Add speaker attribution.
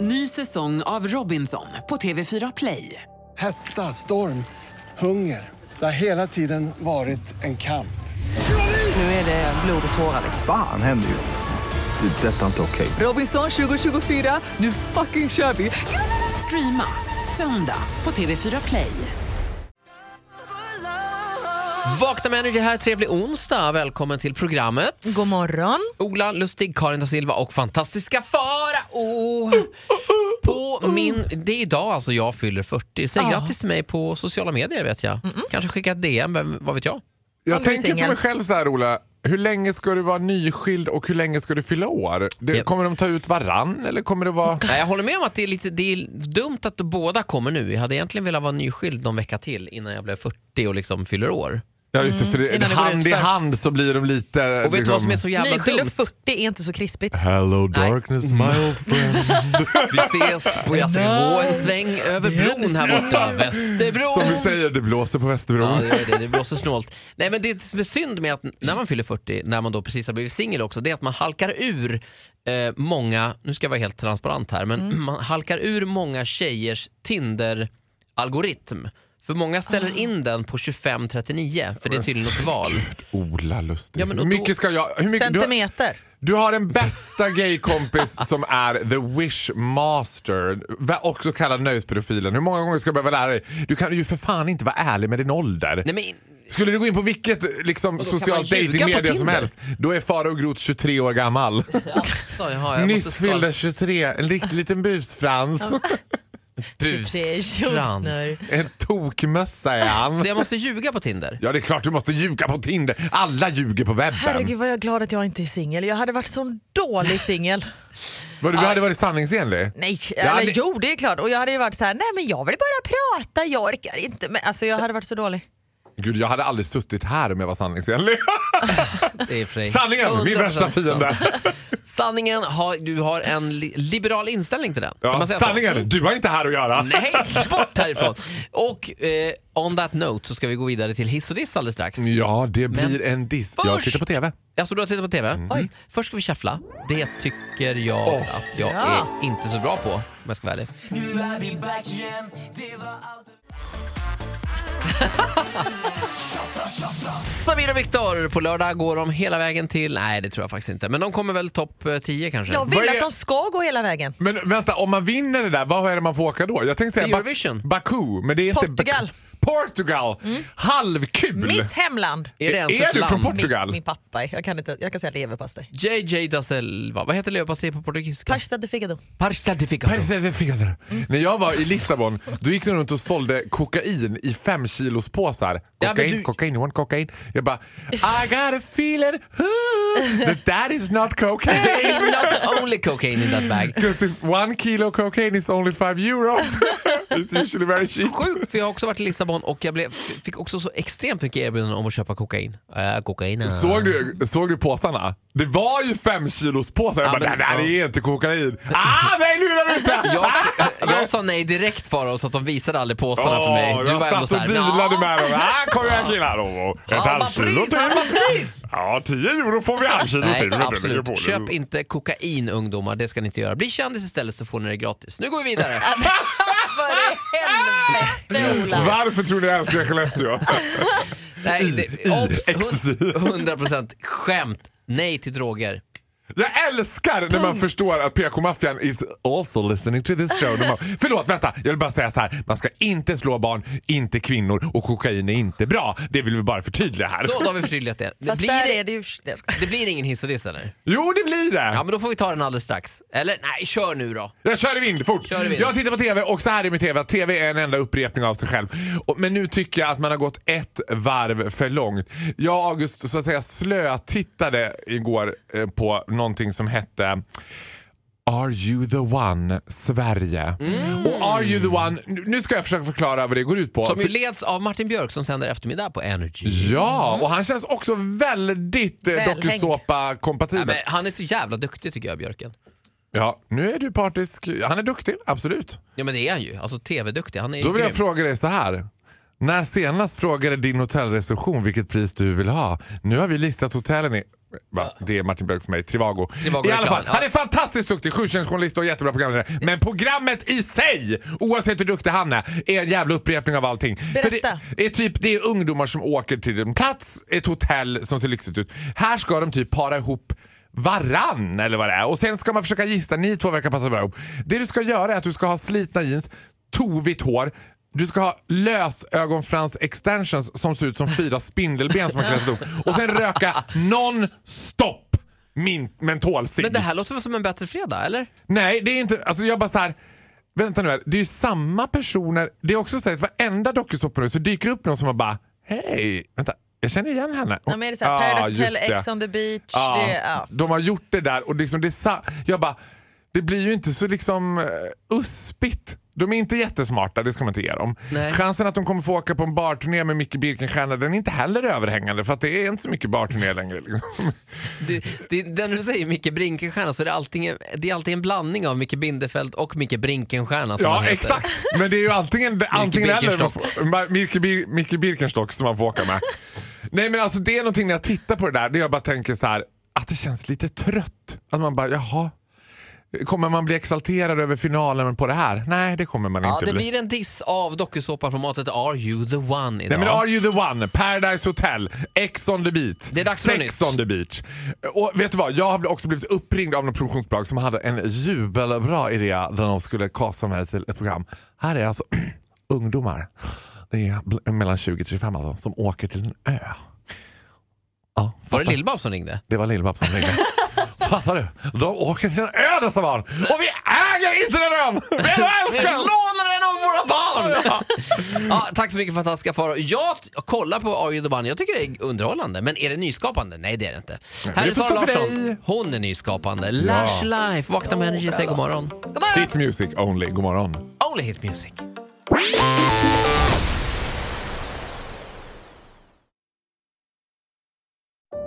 Speaker 1: Ny säsong av Robinson på TV4 Play.
Speaker 2: Hetta, storm, hunger. Det har hela tiden varit en kamp.
Speaker 1: Nu är det blod och tårar. liksom.
Speaker 3: Fan händer just nu. Det. är Detta är inte okej.
Speaker 1: Robinson 2024, nu fucking kör vi! Streama söndag på TV4 Play.
Speaker 4: Vakna med Energy här, trevlig onsdag. Välkommen till programmet.
Speaker 5: God morgon.
Speaker 4: Ola Lustig, Karin da Silva och fantastiska Farao. På min, det är idag alltså jag fyller 40. Säg
Speaker 5: Ja.
Speaker 4: grattis till mig på sociala medier vet jag. Kanske skicka ett DM, vem, vad vet jag?
Speaker 5: Han
Speaker 6: Jag
Speaker 5: är ju
Speaker 6: tänker för
Speaker 5: singel.
Speaker 6: mig själv så här Ola, hur länge ska du vara nyskild och hur länge ska du fylla år? Det,
Speaker 4: Ja.
Speaker 6: Kommer de ta ut varann eller kommer det vara...
Speaker 4: Nej, jag håller med om att det är, lite, det är dumt att båda kommer nu. Jag hade egentligen velat vara nyskild någon vecka till innan jag blev 40 och liksom fyller år.
Speaker 6: Ja just det, för det,
Speaker 4: Mm, Innan det går
Speaker 6: hand
Speaker 4: ut
Speaker 6: i
Speaker 4: för-
Speaker 6: hand så blir de lite... liksom-
Speaker 4: Och vet du vad som är så jävla
Speaker 5: Nyskild och
Speaker 4: dumt?
Speaker 5: 40 är inte så krispigt.
Speaker 6: Hello
Speaker 4: Nej.
Speaker 6: darkness my old friend.
Speaker 4: Vi ses på, jag ska gå en sväng över bron här borta, Västerbron.
Speaker 6: som vi säger, det blåser på Västerbron.
Speaker 4: Ja, det gör det. Det blåser snålt. Nej, men det som är synd med att när man fyller 40, när man då precis har blivit singel också, det är att man halkar ur eh, många, nu ska jag vara helt transparent här, men man halkar ur många tjejers Tinder-algoritm. För många ställer in den på 25-39, för det är tydligen något val.
Speaker 6: Ola Lustig.
Speaker 4: Ja, men och
Speaker 6: hur
Speaker 4: då-
Speaker 6: mycket ska jag... Hur mycket, du, har,
Speaker 5: Centimeter.
Speaker 6: du har den bästa gaykompis som är the wish master, va- också kallad nöjespedofilen. Hur många gånger ska jag behöva lära dig? Du kan ju för fan inte vara ärlig med din ålder.
Speaker 4: Nej, men,
Speaker 6: Skulle du gå in på vilket liksom,
Speaker 4: Vadå, kan
Speaker 6: socialt
Speaker 4: man ljuga på
Speaker 6: dejtingmedia som
Speaker 4: Tinder?
Speaker 6: helst, då är Farao Groth 23 år gammal.
Speaker 4: alltså, jaha, jag måste
Speaker 6: Nyss
Speaker 4: skala-
Speaker 6: fyllda 23, en riktig liten busfrans.
Speaker 5: Typ,
Speaker 4: busfrans.
Speaker 6: en tokmössa är han.
Speaker 4: Så jag måste ljuga på Tinder?
Speaker 6: Ja det är klart du måste ljuga på Tinder, alla ljuger på webben.
Speaker 5: Herregud vad jag är glad att jag inte är singel. Jag hade varit sån dålig singel.
Speaker 6: Vad du hade varit sanningsenlig.
Speaker 5: Nej,
Speaker 6: Ja,
Speaker 5: eller
Speaker 6: det-
Speaker 5: jo det är klart. Och jag hade ju varit så här, nej men jag vill bara prata, jag orkar inte. Men, alltså jag hade varit så dålig.
Speaker 6: Gud jag hade aldrig suttit här om jag var sanningsenlig.
Speaker 4: Det är för sig.
Speaker 6: Sanningen, min
Speaker 4: 100%.
Speaker 6: värsta fiende.
Speaker 4: Sanningen, har, du har en li- liberal inställning till den. Kan
Speaker 6: Ja,
Speaker 4: man säga så?
Speaker 6: sanningen, du har inte här att göra.
Speaker 4: Nej, bort härifrån! Och eh, on that note så ska vi gå vidare till hiss och diss alldeles strax.
Speaker 6: Ja det
Speaker 4: Men
Speaker 6: blir en diss. Jag
Speaker 4: först-
Speaker 6: tittar på TV.
Speaker 4: Alltså du har tittat på TV? Oj. Först ska vi shuffla. Det tycker jag
Speaker 6: Åh.
Speaker 4: att jag
Speaker 5: Ja.
Speaker 4: är inte så bra på om jag ska vara ärlig. Samir och Viktor, på lördag går de hela vägen till, nej det tror jag faktiskt inte, men de kommer väl topp eh, 10 kanske?
Speaker 5: Jag vill
Speaker 6: Vad är-
Speaker 5: att de ska gå hela vägen.
Speaker 6: Men vänta, om man vinner det där, vad är det man får åka då? Jag tänkte säga
Speaker 4: Till Eurovision. Mm.
Speaker 6: Baku, men det är
Speaker 5: Portugal.
Speaker 6: inte... Portugal! Halvkul!
Speaker 5: Mitt hemland.
Speaker 4: Är det ens
Speaker 6: Är
Speaker 4: ett
Speaker 6: du
Speaker 4: land?
Speaker 6: från
Speaker 5: Min,
Speaker 6: Portugal?
Speaker 5: min pappa, är- jag kan, inte, jag kan säga leverpastej.
Speaker 4: JJ da Silva, vad heter leverpastej på portugisiska?
Speaker 5: Pasta de figado.
Speaker 4: Pasta de figaro.
Speaker 6: Perfekt.
Speaker 4: Mm.
Speaker 6: När jag var i Lissabon, då gick de runt och sålde kokain i fem kilos påsar.
Speaker 4: Ja, men
Speaker 6: Kokain,
Speaker 4: du-
Speaker 6: kokain, you want kokain? Jag bara, I got a feeling ooh, that that is not cocaine.
Speaker 4: Not only cocaine in that bag.
Speaker 6: Because if one kilo cocaine is only five euros, it's usually very cheap.
Speaker 4: Sjukt, för jag har också varit i Lissabon och jag blev, fick också så extremt mycket erbjudanden om att köpa kokain. Äh, kokain. äh.
Speaker 6: Såg du, såg du påsarna? Det var ju fem kilos påsar. Jag
Speaker 4: Ja,
Speaker 6: bara,
Speaker 4: men-
Speaker 6: det här
Speaker 4: ja.
Speaker 6: är inte kokain. Ah, mig lurar du inte!
Speaker 4: Jag, jag sa nej direkt Farao så att de visade aldrig påsarna för mig.
Speaker 6: Åh,
Speaker 4: Du var
Speaker 6: jag
Speaker 4: ändå
Speaker 6: satt och
Speaker 4: såhär, "Nja."
Speaker 6: dealade med dem. Ah, kom igen killar. Och Ett halvt kilo till. Ja, 10 euro får vi halvkilo
Speaker 4: Nej,
Speaker 6: till.
Speaker 4: absolut. Köp inte kokain ungdomar, det ska ni inte göra. Bli kändis istället så får ni det gratis. Nu går vi vidare.
Speaker 5: För i helvete Ola.
Speaker 6: Varför tror ni jag älskar Skellefteå?
Speaker 4: Nej, det, obs,
Speaker 6: Ecstasy.
Speaker 4: 100% skämt. Nej till droger.
Speaker 6: Jag älskar när man förstår att PK-maffian is also listening to this show. De bara, Förlåt, vänta. Jag vill bara säga så här. Man ska inte slå barn, inte kvinnor och kokain är inte bra. Det vill vi bara förtydliga här.
Speaker 4: Så, då har vi förtydligat det. Det
Speaker 5: Fast där
Speaker 4: blir,
Speaker 5: är det ju... jag skojar.
Speaker 4: det blir ingen hiss och diss eller?
Speaker 6: Jo, det blir det.
Speaker 4: Ja men då får vi ta den alldeles strax. Eller nej, kör nu då.
Speaker 6: Jag kör i vind fort!
Speaker 4: Kör i vind.
Speaker 6: Jag tittar på TV och så här är med TV. att TV är en enda upprepning av sig själv. Och- Men nu tycker jag att man har gått ett varv för långt. Jag och August så att säga slötittade igår eh, på någonting som hette Are you the one Sverige? Och Are you the one, nu nu ska jag försöka förklara vad det går ut på.
Speaker 4: Mm. Som ju
Speaker 6: För-
Speaker 4: leds av Martin Björk som sänder eftermiddag på Energy.
Speaker 6: Ja, och han känns också väldigt eh,
Speaker 5: Välhängd.
Speaker 6: dokusåpa-kompatibel.
Speaker 4: Ja, men han är så jävla duktig tycker jag, Björken.
Speaker 6: ja, nu är du partisk. Han är duktig, absolut.
Speaker 4: Ja men det är han ju. Alltså tv-duktig. Han är
Speaker 6: Då vill jag
Speaker 4: grym.
Speaker 6: fråga dig så här. När senast frågade din hotellreception vilket pris du vill ha? Nu har vi listat hotellen i Va? Det är Martin Björk för mig. Trivago.
Speaker 4: Trivago
Speaker 6: I alla
Speaker 4: reklam,
Speaker 6: fall,
Speaker 4: ja.
Speaker 6: han är fantastiskt duktig sjukvårdsjournalist och jättebra programledare. Men programmet i sig, oavsett hur duktig han är, är en jävla upprepning av allting. För
Speaker 5: Berätta.
Speaker 6: det, är typ, det är ungdomar som åker till en plats, ett hotell som ser lyxigt ut. Här ska de typ para ihop varann eller vad det är. Och sen ska man försöka gissa, ni två verkar passa bra ihop. Det du ska göra är att du ska ha slitna jeans, tovigt hår, du ska ha lösögonfrans extensions som ser ut som fyra spindelben som man klättrat upp. Och sen röka non-stop min- mentolcigg.
Speaker 4: Men det här låter väl som en bättre fredag, eller?
Speaker 6: Nej, det är inte... Alltså jag bara så här. Vänta nu här. Det är ju samma personer. Det är också så här att varenda dokusåpa nu så dyker det upp någon som har bara Hej, vänta. Jag känner igen henne.
Speaker 5: Ja, men är Ah, det Ah. så här,
Speaker 6: Ja,
Speaker 5: Paradise Hotel,
Speaker 6: just det.
Speaker 5: Ex on the beach.
Speaker 6: Ja,
Speaker 5: Det, ja.
Speaker 6: De har gjort det där och liksom det är sa- Jag bara, det blir ju inte så liksom eh, uspigt. De är inte jättesmarta, det ska man inte ge dem.
Speaker 4: Nej.
Speaker 6: Chansen att de kommer få åka på en barturné med Micke Birkenstierna den är inte heller överhängande för att det är inte så mycket barturné längre. Liksom.
Speaker 4: Det, det, den du säger Micke Brinkenstierna så är det alltid, en- det är alltid en blandning av Micke Bindefeld och Micke Brinkenstierna som han
Speaker 6: Ja,
Speaker 4: heter.
Speaker 6: exakt. Men det är ju antingen, antingen eller man får- Ma- Micke, Bir, Micke Birkenstock som man får åka med. Nej men alltså det är någonting när jag tittar på det där, det jag bara tänker så här att det känns lite trött. Att man bara, jaha. Kommer man bli exalterad över finalen på det här? Nej, det kommer man
Speaker 4: Ja,
Speaker 6: inte
Speaker 4: det
Speaker 6: bli.
Speaker 4: blir en diss av dokusåpaformatet Are You The One idag.
Speaker 6: Nej men Are You The One, Paradise Hotel, Ex on the Beach,
Speaker 4: Det är dags för
Speaker 6: Sex
Speaker 4: nytt.
Speaker 6: on the Beach. Och vet du vad, jag har också blivit uppringd av något produktionsbolag som hade en jubelbra idé där de skulle kasta mig till ett program. Här är alltså ungdomar, det är bl- mellan 20 och 25 alltså, som åker till en ö. Ja,
Speaker 4: Var det
Speaker 6: fattar.
Speaker 4: lill som ringde?
Speaker 6: Det var Lill-Babs som ringde. Fattar du? De åker till en ö dessa barn! Och vi äger inte den ön! Men jag
Speaker 4: Vi
Speaker 6: älskar den!
Speaker 4: lånar den av våra barn! ja, tack så mycket fantastiska Farao. Jag t- kollar på Are You The One. Jag tycker det är underhållande. Men är det nyskapande? Nej, det är det inte. Här är
Speaker 6: det får
Speaker 4: Sara
Speaker 6: stå för
Speaker 4: Larsson.
Speaker 6: dig.
Speaker 4: Hon är nyskapande. Lash Life. Vakna med energi. Säg god morgon.
Speaker 5: God morgon!
Speaker 6: Hit music only, god morgon.
Speaker 4: Only hit music.